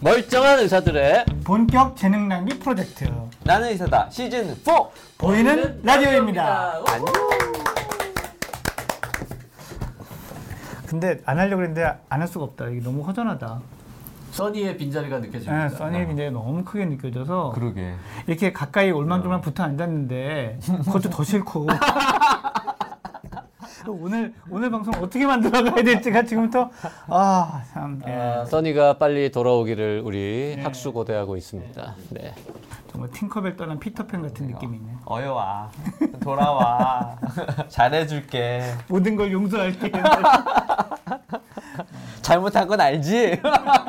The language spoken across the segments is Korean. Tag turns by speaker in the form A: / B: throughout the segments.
A: 멀쩡한 의사들의
B: 본격 재능 낭비 프로젝트
A: 나는 의사다 시즌 4
B: 보이는 라디오입니다. 근데 안 하려고 했는데 안 할 수가 없다. 이게 너무 허전하다.
C: 써니의 빈자리가 느껴집니다.
B: 예, 써니의 빈자리 너무 크게 느껴져서
A: 그러게
B: 이렇게 가까이 올만조만 붙어 앉았는데 그것도 더 싫고 오늘 오늘 방송 어떻게 만들어 가야 될지가 지금부터 아참 예,
C: 아, 써니가 빨리 돌아오기를 우리 학수 고대하고 있습니다. 네.
B: 정말 팅커벨 떠난 피터팬 같은 느낌이네.
A: 어여와 돌아와 잘해줄게
B: 모든 걸 용서할게.
A: 잘못한 건 알지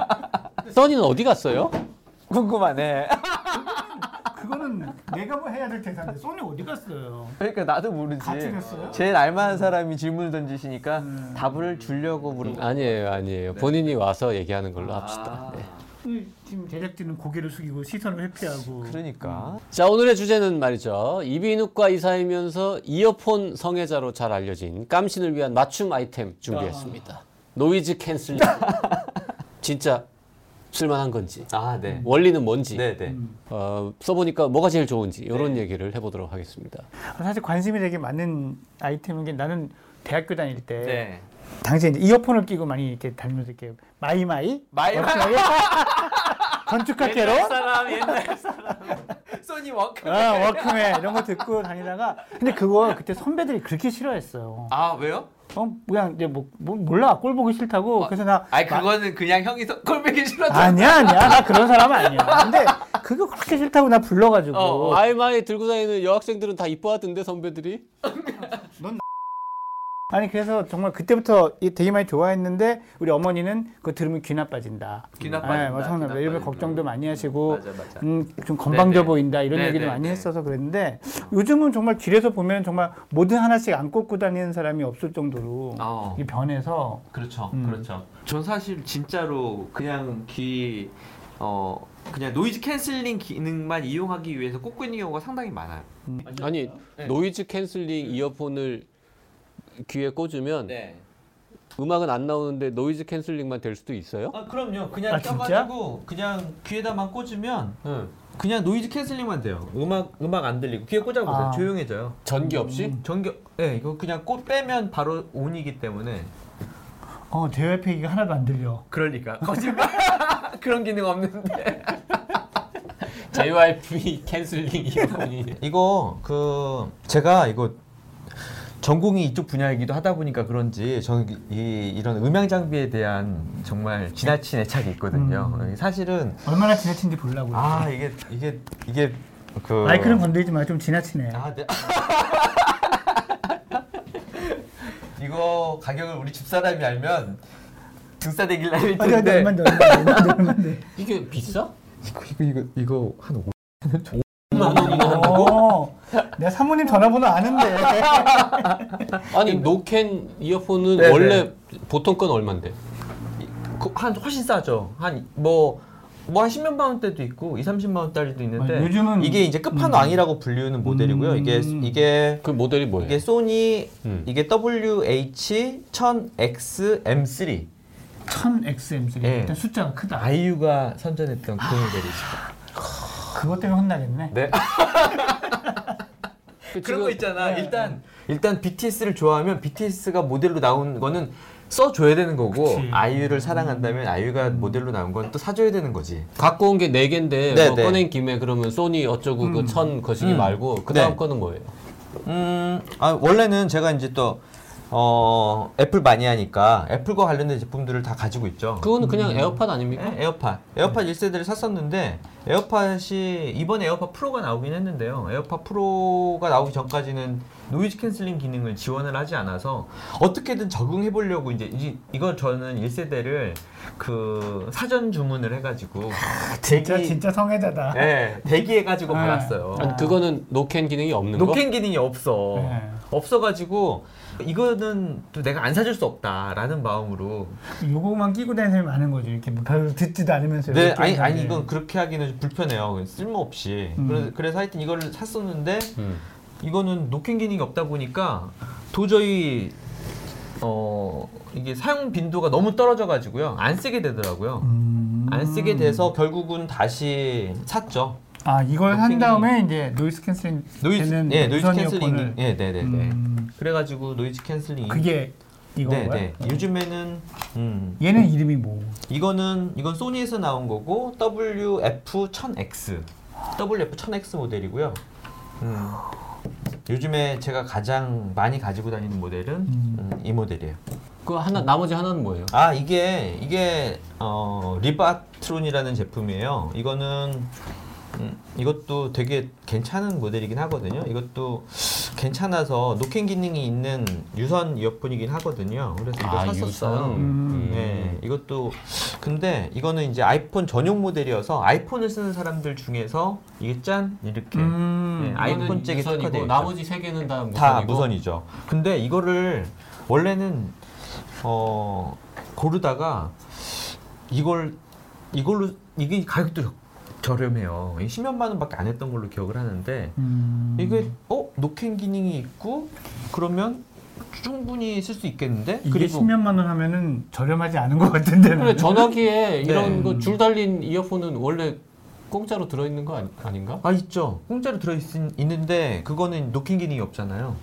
C: 써니는 어디 갔어요?
A: 궁금하네
B: 그거는 내가 뭐 해야 될 대사인데 소니 어디 갔어요?
A: 그러니까 나도 모르지
B: 같이 됐어요? 음.
A: 제일 알만한 사람이 질문을 던지시니까 답을 주려고 물은 거
C: 아니에요, 아니에요. 본인이 와서 얘기하는 걸로
A: 아.
C: 합시다. 네.
B: 지금 제작진은 고개를 숙이고 시선을 회피하고
A: 음. 그러니까
C: 자, 오늘의 주제는 말이죠. 이비인후과 의사이면서 이어폰 성애자로 잘 알려진 깜신을 위한 맞춤 아이템 준비했습니다. 노이즈 캔슬. 진짜 쓸만한 건지,
A: 아네
C: 원리는 뭔지,
A: 네네
C: 어, 써보니까 뭐가 제일 좋은지 이런 얘기를 해보도록 하겠습니다.
B: 사실 관심이 되게 많은 아이템인 게 나는 대학교 다닐 때
A: 네
B: 당시에 이제 이어폰을 끼고 많이 이렇게 다니면서 이렇게 마이마이
A: 마이마이.
B: 마이 건축학개로
A: 사람 옛날 사람 소니 워크
B: 아, 워크맨 이런 거 듣고 다니다가 근데 그거 그때 선배들이 그렇게 싫어했어요.
A: 아 왜요?
B: 어 그냥 이제 뭐, 뭐 몰라 꼴 보기 싫다고 그래서 나
A: 아니 그거는 그냥 형이 서- 꼴보기 싫었죠
B: 아니야 아니야 나 그런 사람 아니야. 근데 그거 그렇게 싫다고 나 불러가지고
C: 뭐,
A: 어,
C: 마이마이 들고 다니는 여학생들은 다 이뻐하던데 선배들이.
B: 아니 그래서 정말 그때부터 이 되게 많이 좋아했는데 우리 어머니는 그거 들으면 귀나 빠진다.
A: 귀나
B: 네, 맞아.
A: 빠진다, 귀나
B: 일부
A: 빠진다.
B: 걱정도 많이 하시고
A: 맞아 맞아
B: 음, 좀 건방져
A: 네네.
B: 보인다 이런
A: 네네,
B: 얘기도 많이
A: 네.
B: 했어서 그랬는데 요즘은 정말 길에서 보면 정말 뭐든 하나씩 안 꽂고 다니는 사람이 없을 정도로
A: 어.
B: 이 변해서
A: 그렇죠,
B: 음.
A: 그렇죠. 전 사실 진짜로 그냥 귀, 어, 그냥 노이즈 캔슬링 기능만 이용하기 위해서 꽂고 있는 경우가 상당히 많아요.
C: 아니
A: 네.
C: 노이즈 캔슬링 이어폰을 귀에 꽂으면
A: 네.
C: 음악은 안 나오는데 노이즈 캔슬링만 될 수도 있어요?
A: 아, 그럼요. 그냥
B: 아, 진짜?
A: 껴가지고 그냥 귀에다만 꽂으면 그냥 노이즈 캔슬링만 돼요. 음악 음악 안 들리고 귀에 꽂아보세요.
B: 아.
A: 조용해져요.
C: 전기 없이?
A: 전기, 네, 이거 그냥 꽂 빼면 바로 온이기 때문에.
B: 어 JYP 얘기가 하나도 안 들려.
A: 그러니까 거짓말. 그런 기능 없는데.
C: JYP 캔슬링 이어폰이
A: 이거 그 제가 이거 전공이 이쪽 분야이기도 하다 보니까 그런지 저는 이 이런 음향 장비에 대한 정말 지나친 애착이 있거든요. 사실은
B: 얼마나 지나친지 보려고. 요
A: 아 이게 이게 이게 그
B: 마이크는 건드리지 마. 좀 지나치네.
A: 아, 네. 이거 가격을 우리 집사람이 알면 등싸대길 날릴
B: 어디 어디
A: 텐데
B: 얼마 돼 얼마 돼 얼마 돼 얼마 돼.
C: 이게 비싸?
A: 이거 이거 이거, 이거 한 5만
B: 어, 내가 사모님 전화번호 아는데.
C: 아니 노캔 이어폰은
A: 네,
C: 원래 보통 건 얼만데?
A: 한 훨씬 싸죠. 한 뭐 뭐 한 10몇만 원대도 있고 2, 30만 원짜리도 있는데
B: 아, 요즘은-
A: 이게 이제 끝판왕이라고 불리우는 모델이고요. 이게
B: 음.
A: 이게
C: 그 모델이 뭐예요?
A: 이게 소니
C: 음.
A: 이게 WH-1000X-M3
B: 1000XM3.
A: 예.
B: 일단 숫자가 크다.
A: 아이유가 선전했던 그 모델이죠.
B: 그것 때문에 혼나겠네.
A: 네.
C: 그
A: 그런
C: 지금
A: 거 있잖아.
B: 네.
A: 일단 일단 BTS를 좋아하면 BTS가 모델로 나온 거는 써줘야 되는 거고
B: 그치.
A: 아이유를 사랑한다면 아이유가 모델로 나온 건 또 사줘야 되는 거지.
C: 갖고 온 게 네 개인데
A: 네,
C: 뭐
A: 네.
C: 꺼낸 김에 그러면 소니 어쩌고 그 천 거시기 말고 그 다음
A: 네.
C: 거는 뭐예요?
A: 음, 아, 원래는 제가 이제 또 어, 애플 많이 하니까 애플과 관련된 제품들을 다 가지고 있죠.
C: 그거는 그냥 에어팟 아닙니까?
A: 네, 에어팟. 에어팟 1세대를 샀었는데 에어팟이 이번에 에어팟 프로가 나오긴 했는데요. 에어팟 프로가 나오기 전까지는 노이즈 캔슬링 기능을 지원을 하지 않아서 어떻게든 적응해 보려고 이제 이, 이거 저는 1세대를 그 사전 주문을 해 가지고
B: 진짜 진짜 성애자다.
A: 예, 대기해 가지고
B: 네.
A: 받았어요.
C: 아니, 그거는 노캔 기능이 없는 거?
A: 노캔 기능이 없어.
B: 네.
A: 없어가지고 이거는 또 내가 안 사줄 수 없다라는 마음으로.
B: 네, 요거만 끼고 다니는 사람이 많은 거죠. 이렇게 뭐 별로 듣지도 않으면서.
A: 예? 네,
B: 이렇게
A: 아니
B: 하는
A: 아니
B: 게.
A: 이건 그렇게 하기는 좀 불편해요. 쓸모없이.
B: 음.
A: 그래서, 그래서 하여튼 이걸 샀었는데
C: 음.
A: 이거는 노캔 기능이 없다 보니까 도저히 어 이게 사용 빈도가 너무 떨어져가지고요 안 쓰게 되더라고요.
B: 음.
A: 안 쓰게 돼서 결국은 다시 샀죠.
B: 아 이걸 한
A: 노캔이-
B: 다음에 이제 노이즈 캔슬링
A: 노이즈
B: 되는
A: 예 노이즈
B: 무선
A: 캔슬링
B: 이어폰을.
A: 예 네네네.
B: 음.
A: 그래가지고 노이즈 캔슬링
B: 그게 이건
A: 네,
B: 거야. 어.
A: 네. 요즘에는 음,
B: 얘는 이름이 뭐?
A: 이거는 이건 소니에서 나온 거고 WF1000X WF1000X 모델이고요. 음. 요즘에 제가 가장 많이 가지고 다니는 모델은
B: 음.
A: 음, 이 모델이에요.
C: 그 하나 나머지 하나는 뭐예요?
A: 아 이게 이게 어, 리바트론이라는 제품이에요. 이거는 음, 이것도 되게 괜찮은 모델이긴 하거든요. 이것도 괜찮아서 노캔 기능이 있는 유선 이어폰이긴 하거든요. 그래서
C: 아,
A: 이거 샀었어요.
B: 음.
A: 네, 이것도 근데 이거는 이제 아이폰 전용 모델이어서 아이폰을 쓰는 사람들 중에서 이게 짠 이렇게
B: 음.
A: 네. 아이폰 잭이 특화돼
C: 무선이고
A: 있죠.
C: 나머지 세 개는 다 무선이고
A: 다 무선이죠. 근데 이거를 원래는 어 고르다가 이걸 이걸로 이게 가격도 저- 저렴해요. 10몇만 원밖에 안 했던 걸로 기억을 하는데
B: 음.
A: 이게 어 노캔 기능이 있고 그러면 충분히 쓸 수 있겠는데
B: 이게 10년만 원 하면은 저렴하지 않은 것 같은데.
C: 그래 전화기에 이런
A: 네.
C: 거 줄 달린 이어폰은 원래 공짜로 들어있는 거 아니, 아닌가?
A: 아 있죠. 공짜로 들어 있는데 그거는 노킹 기능이 없잖아요.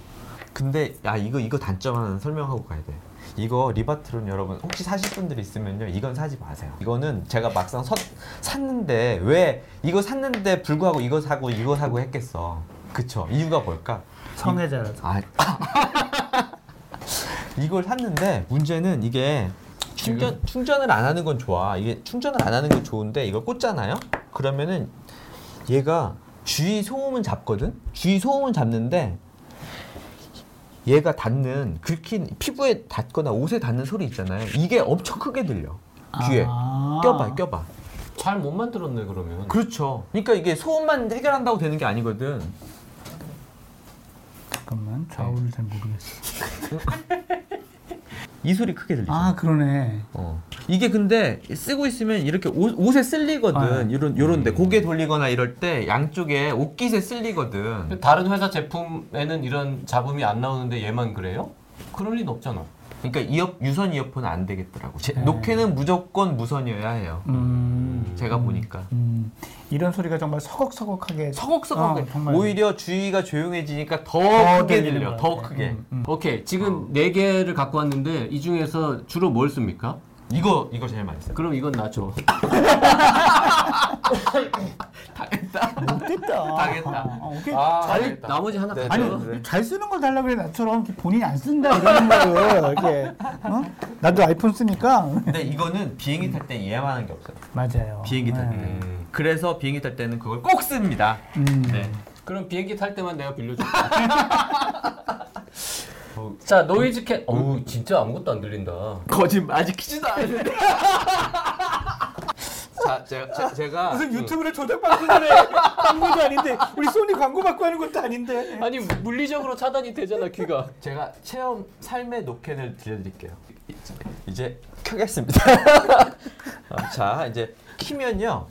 A: 근데 아 이거 이거 단점 하나 설명하고 가야 돼. 이거 리바트론 여러분 혹시 사실 분들 있으면요 이건 사지 마세요. 이거는 제가 막상 선- 샀는데 왜 이거 샀는데 불구하고 이거 사고 이거 사고 했겠어. 그쵸? 이유가 뭘까?
B: 성애자라서.
A: 아 이걸 샀는데 문제는 이게 충전 충전을 안 하는 건 좋아. 이게 충전을 안 하는 건 좋은데 이걸 꽂잖아요. 그러면은 얘가 주위 소음은 잡거든. 주위 소음은 잡는데 얘가 닿는 긁힌 피부에 닿거나 옷에 닿는 소리 있잖아요. 이게 엄청 크게 들려. 귀에
B: 아.
A: 껴봐, 껴봐.
C: 잘 못 만들었네 그러면.
A: 그렇죠. 그러니까 이게 소음만 해결한다고 되는 게 아니거든.
B: 잠깐만 좌우를 잘 모르겠어.
A: 이 소리 크게 들리죠.
B: 아 그러네.
A: 어. 이게 근데 쓰고 있으면 이렇게 옷, 옷에 쓸리거든.
B: 아.
A: 이런 요런데 고개 돌리거나 이럴 때 양쪽에 옷깃에 쓸리거든.
C: 다른 회사 제품에는 이런 잡음이 안 나오는데 얘만 그래요? 그럴 리는 없잖아.
A: 그러니까 이어 유선 이어폰은 안 되겠더라고. 제,
B: 네.
A: 노케는 무조건 무선이어야 해요.
B: 음.
A: 제가 보니까.
B: 음. 이런 소리가 정말 서걱서걱하게.
A: 서걱서걱.
B: 어, 정말.
A: 오히려 주위가 조용해지니까 더,
B: 더
A: 크게
B: 들리는
A: 들려.
B: 것
A: 더
B: 같아.
A: 크게.
B: 음, 음.
C: 오케이
A: 어.
C: 지금 네 개를 갖고 왔는데 이 중에서 주로 뭘 씁니까?
A: 이거 이거 제일 많이 써요.
C: 그럼 이건 나 줘.
B: 못됐다.
A: 당했다.
B: 아, 오케이.
C: 잘 나머지 하나
A: 네,
C: 가져.
B: 아니
A: 네.
B: 잘 쓰는 걸 달라 그래 나처럼 이렇게 본인이 안 쓴다 이러는 거예요 이렇게 어? 나도 아이폰 쓰니까
A: 근데 이거는 비행기 탈 때 예만한 게 없어요.
B: 맞아요
A: 비행기 탈 때.
B: 네.
A: 그래서 비행기 탈 때는 그걸 꼭 씁니다.
B: 음.
A: 네.
C: 그럼 비행기 탈 때만 내가 빌려줄게. 자 노이즈 캔. 어우 진짜 아무것도 안 들린다.
A: 거짓말 아직 키지도 않는데. 자, 제가 제- 제가 그
B: 무슨 유튜브를 조작 방송을 해 광고도 아닌데 우리 소니 광고 받고 하는 것도 아닌데
C: 아니 물리적으로 차단이 되잖아 귀가.
A: 제가 체험 삶의 노캔을 들려드릴게요. 이제 켜겠습니다. 아, 자, 이제 키면요.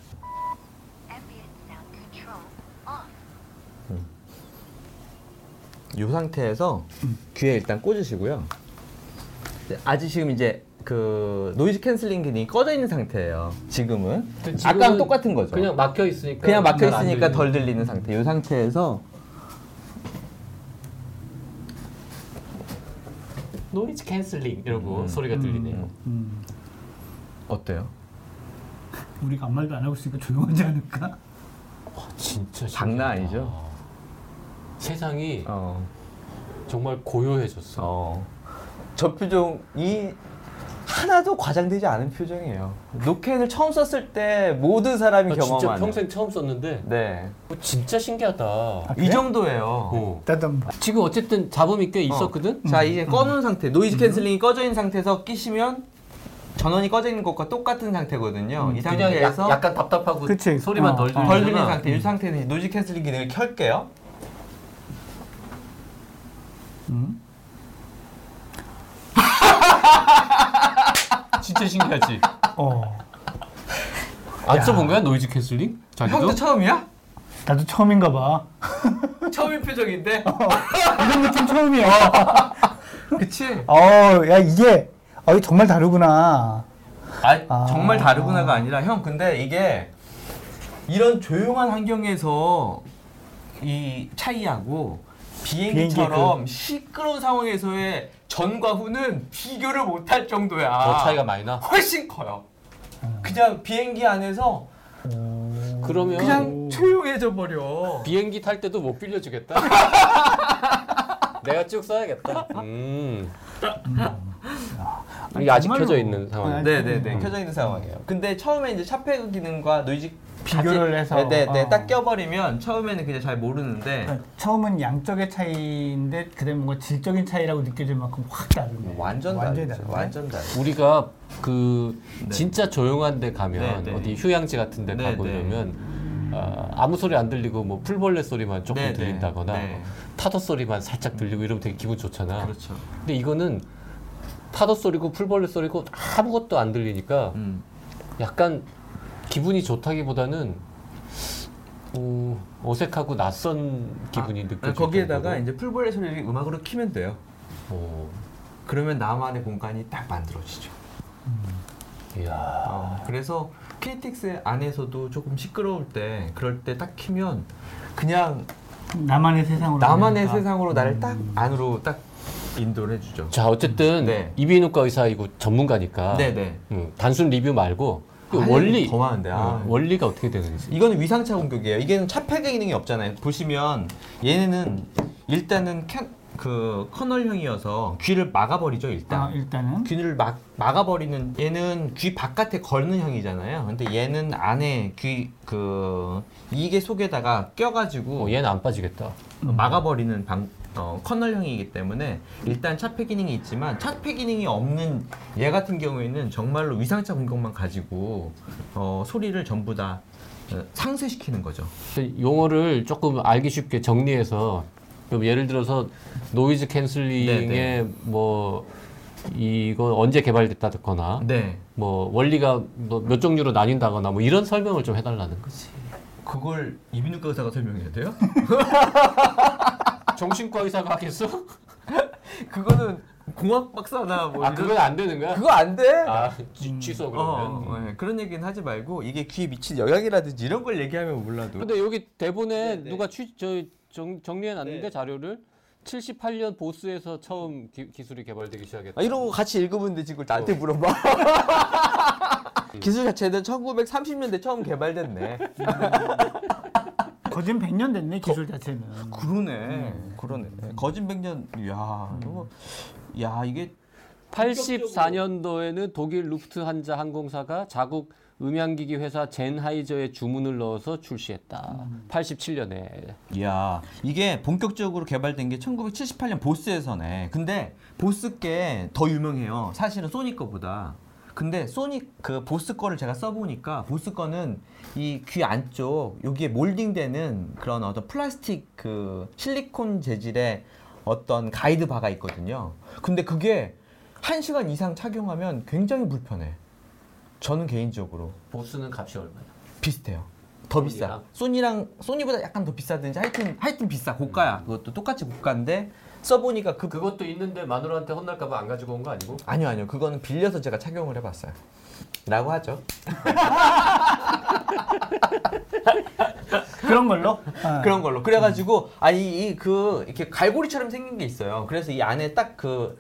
D: Ambient sound control off.
A: 이 음. 상태에서 귀에 일단 꽂으시고요. 네, 아직 지금 이제 그 노이즈 캔슬링 기능이 꺼져 있는 상태예요. 지금은 아까랑 똑같은 거죠.
C: 그냥 막혀 있으니까.
A: 그냥 막혀
C: 안
A: 있으니까 덜
C: 들리는
A: 들리는 상태. 이 상태에서
C: 노이즈 캔슬링 이러고
A: 음.
C: 소리가 들리네요.
B: 음,
A: 어때요?
B: 우리가 아무 말도 안 하고 있으니까 조용하지 않을까
C: 진짜
A: 장난
C: 신기하다.
A: 아니죠?
C: 세상이
A: 어.
C: 그렇죠. 정말 고요해졌어.
A: 어. 저 표정이 하나도 과장되지 않은 표정이에요. 노캔을 처음 썼을 때 모든 사람이
C: 나 아, 진짜
A: 아, 경험하는.
C: 평생 아, 처음 썼는데
A: 네.
C: 어, 진짜 신기하다.
A: 이 정도예요.
C: 어.
B: 나도
A: 아.
C: 지금 어쨌든 잡음이 음. 꽤 있었거든.
A: 자 이제 꺼놓은 상태 노이즈 캔슬링이 꺼져 있는 상태에서 끼시면 전원이 꺼져 있는 것과 똑같은 상태거든요 이
C: 음. 그냥 그러니까 약, 음.
A: 상태에서
C: 약간 답답하고
B: 그치.
C: 소리만
B: 어,
C: 덜
B: 어.
C: 들리잖아.
A: 덜 들린 상태 이 상태는 이제 노이즈 캔슬링 기능을 켤게요
C: 진짜 신기하지.
B: 어
C: 안 써본 거야 노이즈 캔슬링? 자기도?
A: 형도 처음이야?
B: 나도 처음인가 봐.
A: 처음인 표정인데?
B: 이런 느낌 처음이야.
A: 그치?
B: 어, 야 이게 어, 이게 정말 다르구나.
A: 아,
B: 아.
A: 정말 다르구나가 아니라 형 근데 이게 이런 조용한 환경에서 이 차이하고 비행기처럼 시끄러운 상황에서의 전과 후는 비교를 못할 정도야
C: 더 차이가 많이 나.
A: 훨씬 커요. 그냥 비행기 안에서
C: 그러면
A: 그냥 조용해져 버려.
C: 비행기 탈 때도 못 빌려주겠다. 내가 쭉 써야겠다. 음. 이게 아직
B: 음. 정말로.
C: 켜져 있는 상황.
B: 네.
A: 네네네 음. 켜져 있는 상황이에요. 근데 처음에 이제 차폐 기능과 노이즈
B: 비교를
A: 같이-
B: 해서,
A: 네네네
B: 어.
A: 딱 껴버리면 처음에는 그냥 잘 모르는데
B: 그러니까 처음은 양적의 차이인데 그다음에 뭔가 질적인 차이라고 느껴질 만큼 확 다르네.
A: 완전
B: 완전히
A: 다르죠.
B: 다르네.
A: 완전 다르.
C: 우리가 그 진짜 조용한데 가면
A: 네, 네.
C: 어디 휴양지 같은데
A: 네,
C: 가고
A: 네.
C: 이러면 어, 아무 소리 안 들리고 뭐 풀벌레 소리만 조금
A: 네, 네.
C: 들린다거나
A: 네.
C: 파도 소리만 살짝 들리고 이러면 되게 기분 좋잖아.
A: 그렇죠.
C: 근데 이거는 파도 소리고 풀벌레 소리고 아무것도 안 들리니까
A: 음.
C: 약간 기분이 좋다기보다는 어, 어색하고 낯선 기분이
A: 아,
C: 느껴지고
A: 거기에다가 이제 풀벌레 소리를 음악으로 키면 돼요.
C: 어,
A: 그러면 나만의 공간이 딱 만들어지죠.
C: 이야
A: 어, 그래서 KTX 안에서도 조금 시끄러울 때 그럴 때 딱 키면 그냥
B: 나만의
A: 음.
B: 세상으로.
A: 나만의
B: 가니까.
A: 세상으로 나를 딱 안으로 딱 인도를 해주죠.
C: 자 어쨌든
A: 네.
C: 이비인후과 의사이고 전문가니까
A: 네네.
C: 음, 단순 리뷰 말고 이
A: 아니,
C: 그 원리
A: 더 많은데, 아.
C: 음, 원리가 어떻게 되는지
A: 이거는 위상차 공격이에요. 이게는 차폐기 기능이 없잖아요. 보시면 얘네는 일단은 캔, 그 커널형이어서 귀를 막아버리죠 일단.
B: 아, 일단은
A: 귀를 막 막아버리는 얘는 귀 바깥에 걸는 형이잖아요. 근데 얘는 안에 귀 그 이게 속에다가 껴가지고
C: 어, 얘는 안 빠지겠다
A: 막아버리는 방, 어, 커널형이기 때문에 일단 차폐 기능이 있지만 차폐 기능이 없는 얘 같은 경우에는 정말로 위상차 공격만 가지고 어, 소리를 전부 다 어, 상쇄시키는 거죠.
C: 용어를 조금 알기 쉽게 정리해서 그럼 예를 들어서 노이즈
A: 네,
C: 캔슬링의 뭐 이거 언제 개발됐다거나
A: 네.
C: 뭐 원리가 뭐몇 종류로 나뉜다거나 뭐 이런 설명을 좀 해달라는 거지.
A: 그걸 이비인후과 의사가 설명해야 돼요?
C: 아, 정신과 의사가 하겠어?
A: 그거는 공학 박사나 뭐
C: 아
A: 이런-
C: 그건 안 되는 거야?
A: 그거 안 돼.
C: 아 취- 취소
A: 어,
C: 그러면.
A: 예, 그런 얘기는 하지 말고 이게 귀에 미친 영향이라든지 이런 걸 얘기하면 몰라도
C: 근데 여기 대본에
A: 네, 네.
C: 누가 취, 저, 정, 정리해놨는데
A: 네.
C: 자료를 78년 보스에서 처음 기, 기술이 개발되기 시작했다.
A: 아, 이러고 같이 읽으면 되지 그걸 나한테 물어봐. 기술 자체는 1930년대 처음 개발됐네.
B: 거진 100년 됐네 기술 자체는.
A: 그러네. 그러네. 거진 100년. 야, 이거 야, 이게
C: 84년도에는 독일 루프트한자 항공사가 자국 음향기기 회사 젠하이저에 주문을 넣어서 출시했다. 87년에
A: 야, 이게 본격적으로 개발된 게 1978년 보스에서네. 근데 보스 게 더 유명해요. 사실은 소니 거보다. 근데 소니 그 보스 거를 제가 써보니까 보스 거는 이 귀 안쪽 여기에 몰딩되는 그런 어떤 플라스틱 그 실리콘 재질의 어떤 가이드 바가 있거든요. 근데 그게 1시간 이상 착용하면 굉장히 불편해. 저는 개인적으로.
C: 보스는 값이 얼마야?
A: 비슷해요. 더 비싸.
C: 소니랑?
A: 소니랑 소니보다 약간 더 비싸든지 하여튼 하여튼 비싸 고가야.
C: 음.
A: 그것도 똑같이 고가인데 써보니까 그
C: 그것도 있는데 마누라한테 혼날까봐 안 가지고 온 거 아니고?
A: 아니요 아니요 그거는 빌려서 제가 착용을 해봤어요. 라고 하죠.
B: 그런 걸로? 아.
A: 그런 걸로.
C: 음.
A: 그래가지고 아니 이 그 이렇게 갈고리처럼 생긴 게 있어요. 그래서 이 안에 딱 그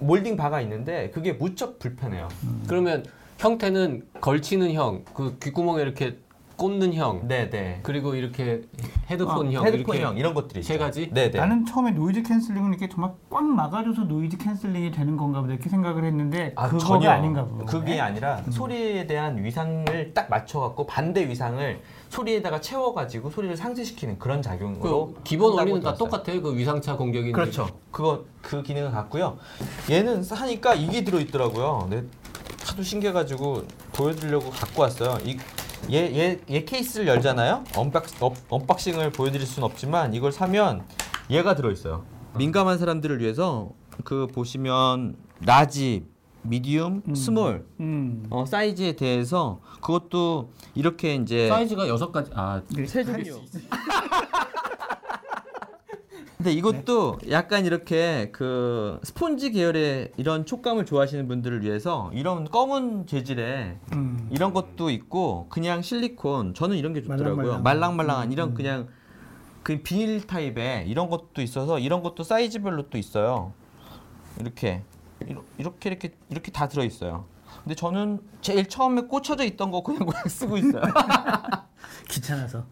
A: 몰딩 바가 있는데 그게
C: 음.
A: 무척 불편해요.
C: 그러면 형태는 걸치는 형, 그 귓구멍에 이렇게 꽂는 형
A: 네, 네.
C: 그리고 이렇게 아, 헤드폰 형 이렇게
A: 헤드폰형 이런 것들이
C: 세
A: 있죠.
C: 가지?
A: 네, 네.
B: 나는 처음에 노이즈 캔슬링은 이렇게 정말 꽉 막아줘서 노이즈 캔슬링이 되는 건가 보다 이렇게 생각을 했는데
A: 아,
B: 그거가
A: 전혀
B: 아닌가 보네. 음.
A: 그게 아니라 소리에 대한 위상을 딱 맞춰갖고 반대 위상을 소리에다가 채워가지고 소리를 상쇄시키는 그런 작용으로
C: 그 기본
A: 한다고
C: 원리는 다
A: 들었어요.
C: 똑같아요. 그 위상차 공격인데
A: 그렇죠. 그거 그 기능을 갖고요. 얘는 하니까 이게 들어있더라고요. 근데 하도 신기해가지고 보여드리려고 갖고 왔어요. 이 얘 얘 얘 케이스를 열잖아요. 언박스, 업, 언박싱을 보여드릴 순 없지만 이걸 사면 얘가 들어있어요. 민감한 사람들을 위해서 그 보시면 라지, 미디움, 스몰
B: 음.
A: 어, 사이즈에 대해서 그것도 이렇게 이제
C: 사이즈가 여섯 가지. 아
B: 세 줄이
A: 근데 이것도
B: 네.
A: 약간 이렇게 그 스폰지 계열의 이런 촉감을 좋아하시는 분들을 위해서 이런 검은 재질의
B: 음.
A: 이런 것도 있고 그냥 실리콘 저는 이런 게 좋더라고요.
B: 말랑말랑. 음,
A: 말랑말랑한 이런 그냥 그 비닐 타입의 이런 것도 있어서 이런 것도 사이즈별로 또 있어요. 이렇게 이러- 이렇게 이렇게 이렇게 다 들어 있어요. 근데 저는 제일 처음에 꽂혀져 있던 거 그냥 그냥 쓰고 있어요.
B: 귀찮아서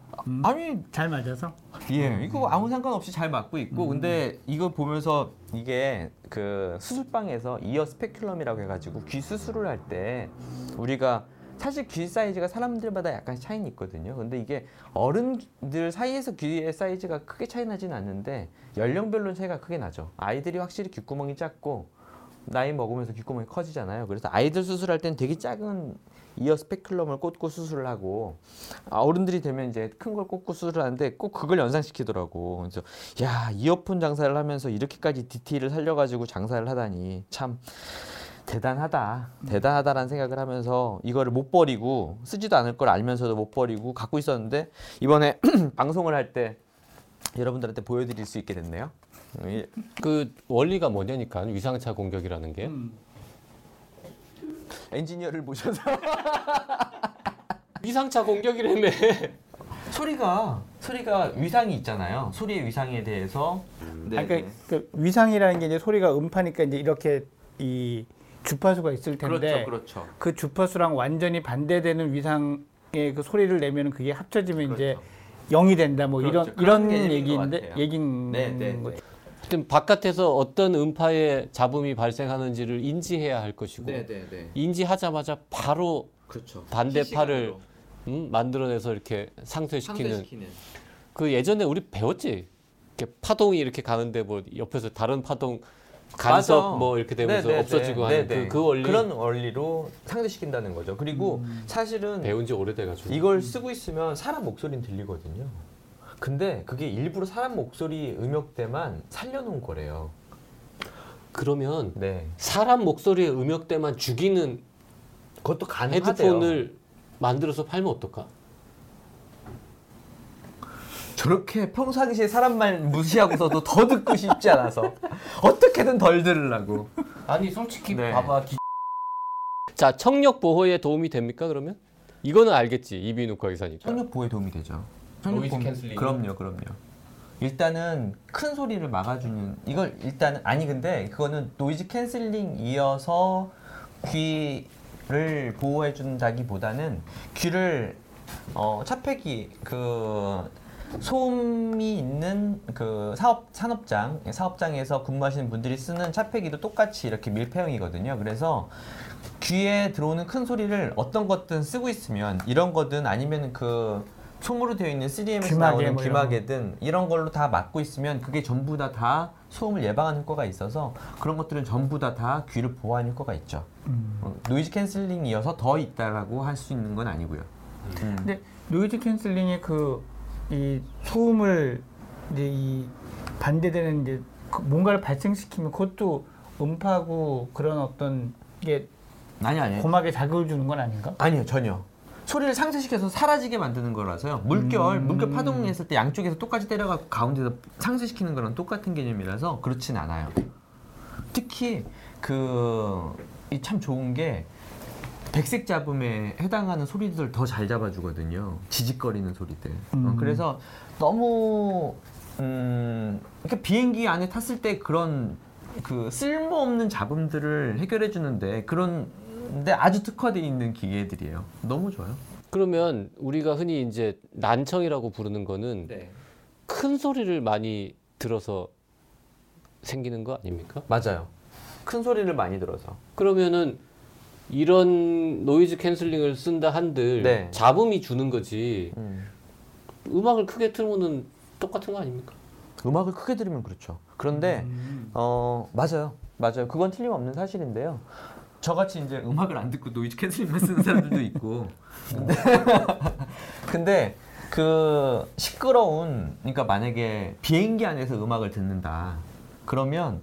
A: 아니
B: 잘 맞아서
A: 예, 이거 아무 상관없이 잘 맞고 있고, 근데 이거 보면서 이게 그 수술방에서 이어 스페큘럼이라고 해가지고 귀 수술을 할 때 우리가 사실 귀 사이즈가 사람들마다 약간 차이는 있거든요. 근데 이게 어른들 사이에서 귀의 사이즈가 크게 차이 나진 않는데 연령별로 차이가 크게 나죠. 아이들이 확실히 귓구멍이 작고 나이 먹으면서 귓구멍이 커지잖아요. 그래서 아이들 수술할 땐 되게 작은 이어 스페큘럼을 꽂고 수술을 하고 아, 어른들이 되면 이제 큰 걸 꽂고 수술을 하는데 꼭 그걸 연상시키더라고. 그래서 야 이어폰 장사를 하면서 이렇게까지 디테일을 살려가지고 장사를 하다니 참 대단하다,
B: 음.
A: 대단하다라는 생각을 하면서 이거를 못 버리고 쓰지도 않을 걸 알면서도 못 버리고 갖고 있었는데 이번에 방송을 할 때 여러분들한테 보여드릴 수 있게 됐네요. 이-
C: 그 원리가 뭐냐니까 위상차 공격이라는 게
A: 엔지니어를 모셔서
C: 위상차 공격이라며.
A: 소리가 소리가 위상이 있잖아요. 소리의 위상에 대해서 네,
B: 아, 그러니까 그 위상이라는 게 이제 소리가 음파니까 이제 이렇게 이 주파수가 있을 텐데 그
A: 그렇죠.
B: 주파수랑 완전히 반대되는 위상의 그 소리를 내면 그게 합쳐지면 이제 0이 된다 뭐
A: 그렇죠.
B: 이런
A: 그런 개념인
B: 이런
A: 것
B: 얘기인데
A: 같아요.
B: 얘긴
A: 네, 네, 네.
B: 거죠.
C: 하여튼 바깥에서 어떤 음파의 잡음이 발생하는지를 인지해야 할 것이고
A: 네.
C: 인지하자마자 바로
A: 그렇죠.
C: 뭐 반대파를 음, 만들어내서 이렇게 상쇄시키는 그 예전에 우리 배웠지. 이렇게 파동이 이렇게 가는데 뭐 옆에서 다른 파동 간섭 뭐
A: 네,
C: 이렇게 되면서 없어지고 하는 그, 그 원리 음.
A: 런 원리로 상쇄시킨다는 거죠. 그리고 사실은
C: 배운 지 오래돼가지고
A: 이걸 쓰고 있으면 사람 목소리는 들리거든요. 근데 그게 일부러 사람 목소리 음역대만 살려놓은 거래요.
C: 그러면
A: 네.
C: 사람 목소리의 음역대만 죽이는
A: 그것도 가능하대요.
C: 헤드폰을 만들어서 팔면 어떨까?
A: 저렇게 평상시에 사람만 무시하고서도 더 듣고 싶지 않아서 어떻게든 덜 들으려고.
E: 아니 솔직히
A: 네.
E: 봐봐 기...
C: 자 청력 보호에 도움이 됩니까 그러면? 이거는 알겠지 이비인후과 의사니까.
A: 청력 보호에 도움이 되죠.
E: 노이즈
A: 청력 보호-
E: 캔슬링.
A: 그럼요, 그럼요. 일단은 큰 소리를 막아주는 이걸 일단은 아니 근데 그거는 노이즈 캔슬링 이어서 귀를 보호해 준다기보다는 귀를 어 차폐기 그 소음이 있는 그 사업 산업장 사업장에서 근무하시는 분들이 쓰는 차폐기도 똑같이 이렇게 밀폐형이거든요. 그래서 귀에 들어오는 큰 소리를 어떤 것든 쓰고 있으면 이런 거든 아니면 그 솜으로 되어 있는 3M에서
B: 귀마개
A: 나오는
B: 뭐 이런
A: 귀마개든 이런 걸로 다 막고 있으면 그게 전부 다 다 소음을 예방하는 효과가 있어서 그런 것들은 전부 다 다 귀를 보호하는 효과가 있죠.
B: 음.
A: 어, 노이즈 캔슬링이어서 더 있다라고 할 수 있는 건 아니고요. 음.
B: 근데 노이즈 캔슬링의 그 이 소음을 이제 이 반대되는 이제 그 뭔가를 발생시키면 그것도 음파고 그런 어떤 게
A: 아니 아니
B: 고막에 자극을 주는 건 아닌가?
A: 아니요 전혀 소리를 상쇄시켜서 사라지게 만드는 거라서요 물결 물결 파동했을 때 양쪽에서 똑같이 때려갖고 가운데서 상쇄시키는 거랑 똑같은 개념이라서 그렇진 않아요 특히 그이 참 좋은 게 백색 잡음에 해당하는 소리들 더 잘 잡아주거든요 지직거리는 소리들 어, 그래서 너무 음 그러니까 비행기 안에 탔을 때 그런 그 쓸모없는 잡음들을 해결해 주는데 그런 근데 아주 특화돼 있는 기계들이에요. 너무 좋아요.
C: 그러면 우리가 흔히 이제 난청이라고 부르는 거는
E: 네.
C: 큰 소리를 많이 들어서 생기는 거 아닙니까?
A: 맞아요. 큰 소리를 많이 들어서.
C: 그러면은 이런 노이즈 캔슬링을 쓴다 한들
A: 네.
C: 잡음이 주는 거지
A: 음.
C: 음악을 크게 틀면은 똑같은 거 아닙니까?
A: 음악을 크게 들으면 그렇죠. 그런데 어 맞아요, 맞아요. 그건 틀림없는 사실인데요. 저같이 이제 음악을 안 듣고 노이즈 캔슬링만 쓰는 사람들도 있고. 근데, 근데 그 시끄러운 그러니까 만약에 비행기 안에서 음악을 듣는다 그러면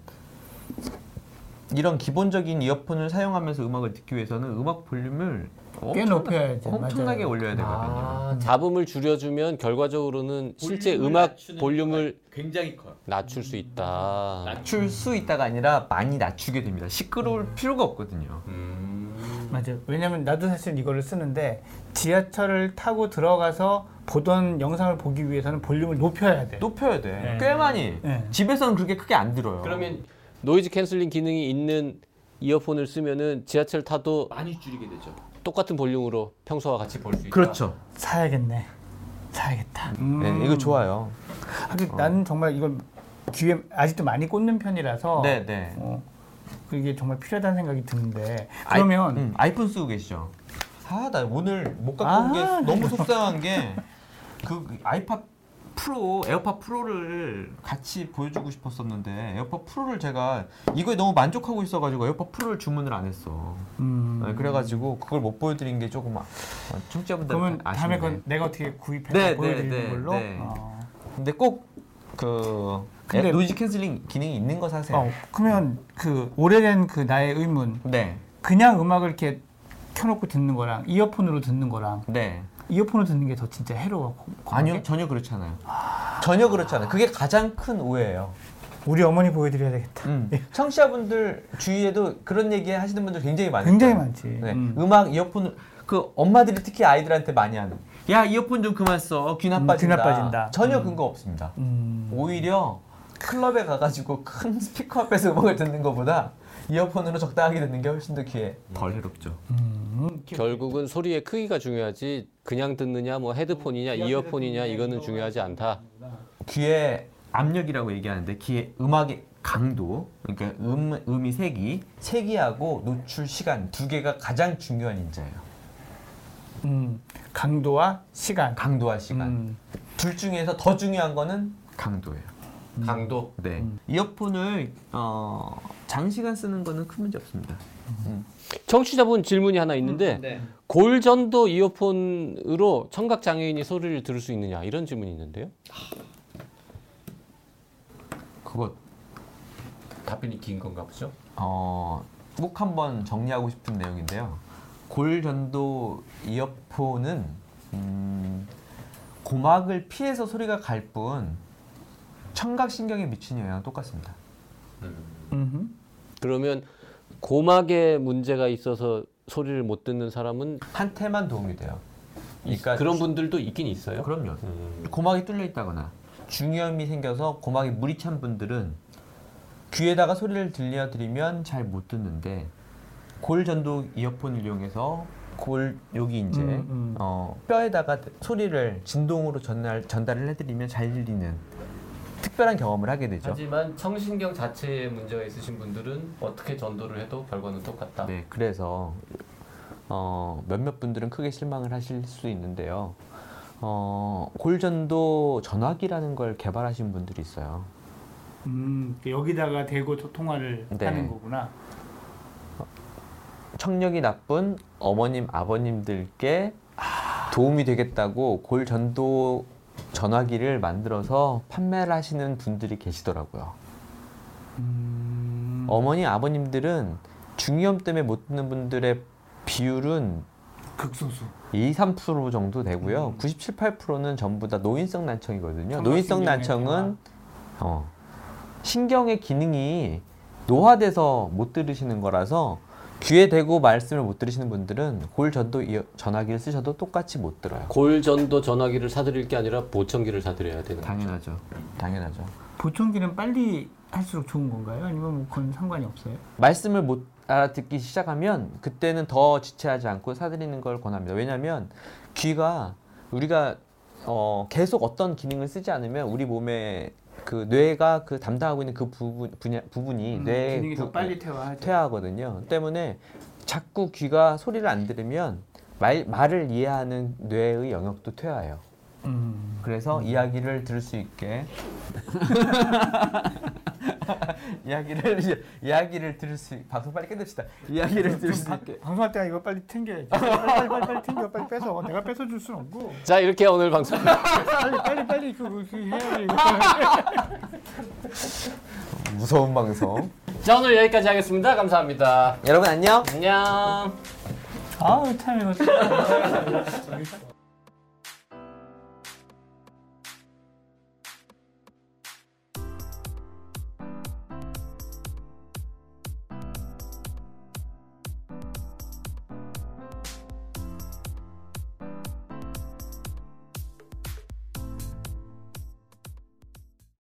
A: 이런 기본적인 이어폰을 사용하면서 음악을 듣기 위해서는 음악 볼륨을
B: 꽤
A: 엄청나-
B: 높여야죠.
A: 엄청나게
B: 맞아요.
A: 올려야 되거든요.
C: 잡음을 줄여주면 결과적으로는 실제
E: 볼륨을
C: 음악
E: 낮추는
C: 볼륨을
E: 효과가 굉장히 커요.
C: 낮출 수 있다.
A: 낮출 수 있다가 아니라 많이 낮추게 됩니다. 시끄러울 필요가 없거든요.
B: 맞아요. 왜냐면 나도 사실 이거를 쓰는데 지하철을 타고 들어가서 보던 영상을 보기 위해서는 볼륨을 높여야 돼.
A: 높여야 돼.
B: 네.
A: 꽤 많이.
B: 네.
A: 집에서는 그렇게 크게 안 들어요.
E: 그러면
C: 노이즈 캔슬링 기능이 있는 이어폰을 쓰면은 지하철 타도
E: 많이 줄이게 되죠.
C: 똑같은 볼륨으로 평소와 같이 볼 수 있다.
A: 그렇죠.
B: 사야겠네. 사야겠다. 음.
A: 네, 이거 좋아요. 어.
B: 하긴 나는 정말 이걸 귀에 아직도 많이 꽂는 편이라서
A: 네, 네.
B: 어, 그게 정말 필요하다는 생각이 드는데
A: 아이-
B: 그러면
A: 음, 아이폰 쓰고 계시죠? 아, 나 오늘 못 갖고 온 게
B: 아,
A: 너무 속상한 게 그 아이팟 프로, 에어팟 프로를 같이 보여주고 싶었었는데 에어팟 프로를 제가 이거에 너무 만족하고 있어가지고 에어팟 프로를 주문을 안 했어.
B: 음,
A: 네, 그래가지고 그걸 못 보여드린 게 조금 아, 청취자분들
B: 그러면 다음에
A: 아쉽네.
B: 그건 내가 어떻게 구입해서
A: 네,
B: 보여드리는
A: 네, 네,
B: 걸로
A: 네.
B: 어.
A: 근데 꼭그
B: 근데-
A: 노이즈 캔슬링 기능이 있는 거 사세요.
B: 어, 그러면 그 오래된 그 나의 의문
A: 네,
B: 그냥 음악을 이렇게 켜놓고 듣는 거랑 이어폰으로 듣는 거랑
A: 네.
B: 이어폰으로 듣는 게 더 진짜 해로워 고- 고마워.
A: 아니요, 전혀 그렇잖아요. 전혀 그렇잖아요. 그게 가장 큰 오해예요.
B: 우리 어머니 보여드려야 되겠다
A: 음. 청취자분들 주위에도 그런 얘기 하시는 분들 굉장히 많아요.
B: 굉장히 많지
A: 네.
B: 음.
A: 음. 악 이어폰을 그 엄마들이 특히 아이들한테 많이 하는. 야 이어폰 좀 그만 써. 귀
B: 음,
A: 나빠진다.
B: 귀 나빠진다.
A: 전혀 근거 없습니다.
B: 음.
A: 오히려 클럽에 가가지고 큰 스피커 앞에서 음악을 듣는 것보다 이어폰으로 적당하게 듣는 게 훨씬 더 귀에 덜 해롭죠.
B: 음.
C: 결국은 소리의 크기가 중요하지 그냥 듣느냐 뭐 헤드폰이냐 이어폰이냐 이거는 중요하지 않다.
A: 귀의 압력이라고 얘기하는데 귀의 음악의 강도 그러니까 음 음이 세기 세기하고 노출 시간 두 개가 가장 중요한 인자예요.
B: 음. 강도와 시간
A: 강도와 시간
B: 음.
A: 둘 중에서 더 중요한 거는 강도예요.
C: 강도.
A: 네 이어폰을 어, 장시간 쓰는 거는 큰 문제 없습니다.
C: 청취자분 질문이 하나
B: 음.
C: 있는데
E: 네.
C: 골전도 이어폰으로 청각 장애인이 소리를 들을 수 있느냐 이런 질문이 있는데요.
A: 그거
E: 답변이 긴 건가 보죠?
A: 어, 꼭 한번 정리하고 싶은 내용인데요. 골전도 이어폰은 음, 고막을 피해서 소리가 갈 뿐 청각 신경에 미치는 영향은 똑같습니다.
B: 음흠.
C: 그러면 고막에 문제가 있어서 소리를 못 듣는 사람은
A: 한테만 도움이 돼요. 그러니까
C: 그런 분들도 있긴 있어요. 음.
A: 그럼요.
E: 그렇죠.
A: 고막이 뚫려 있다거나 중이염이 생겨서 고막에 물이 찬 분들은 귀에다가 소리를 들려드리면 잘 못 듣는데 골 전도 이어폰을 이용해서 골 여기 이제
B: 음, 음.
A: 어, 뼈에다가 소리를 진동으로 전달 전달을 해드리면 잘 들리는 특별한 경험을 하게 되죠.
C: 하지만 청신경 자체에 문제가 있으신 분들은 어떻게 전도를 해도 결과는 똑같다.
A: 네, 그래서 어, 몇몇 분들은 크게 실망을 하실 수 있는데요. 어, 골전도 전화기라는 걸 개발하신 분들이 있어요.
B: 음, 여기다가 대고 통- 통화를
A: 네.
B: 하는 거구나.
A: 청력이 나쁜 어머님, 아버님들께 도움이 되겠다고 골전도 전화기를 만들어서 판매를 하시는 분들이 계시더라고요.
B: 음,
A: 어머니, 아버님들은 중이염 때문에 못 듣는 분들의 비율은
B: 극소수.
A: 2, 3% 정도 되고요. 97, 8%는 전부 다 노인성 난청이거든요. 음. 아, 노인성
B: 청각 신경의
A: 난청은 어, 신경의 기능이 노화돼서 못 들으시는 거라서 귀에 대고 말씀을 못 들으시는 분들은 골 전도 이어- 전화기를 쓰셔도 똑같이 못 들어요.
C: 골전도 전화기를 사드릴 게 아니라 보청기를 사드려야 되는 거죠.
A: 당연하죠. 당연하죠.
B: 보청기는 빨리 할수록 좋은 건가요? 아니면 뭐 그건 상관이 없어요?
A: 말씀을 못 알아듣기 시작하면 그때는 더 지체하지 않고 사드리는 걸 권합니다. 왜냐하면 귀가 우리가 어, 계속 어떤 기능을 쓰지 않으면 우리 몸에 그 뇌가 그 담당하고 있는 그 부분 분야, 부분이 뇌
B: 음, 기능이 더
A: 부- 네,
B: 빨리 퇴화하죠.
A: 퇴화하거든요. 때문에 자꾸 귀가 소리를 안 들으면 말, 말을 이해하는 뇌의 영역도 퇴화해요.
B: 음.
A: 그래서 이야기를 들을 수 있게 이야기를 이제 이야기를 들을 수 있- 방송 빨리 끝냅시다. 이야기를 들을 수 있게
B: 방송할 때가 이거 빨리 튕겨야지. 빨리 빨리 빨리 튕겨 빨리 뺏어. 내가 뺏어 줄 순 없고.
C: 자 이렇게 오늘 방송
B: 빨리 빨리 빨리 그거 그 해야 돼. 이거.
A: 무서운 방송.
C: 자 오늘 여기까지 하겠습니다 감사합니다
B: 아,
A: 여러분 안녕.
C: 안녕
B: 아참 이거.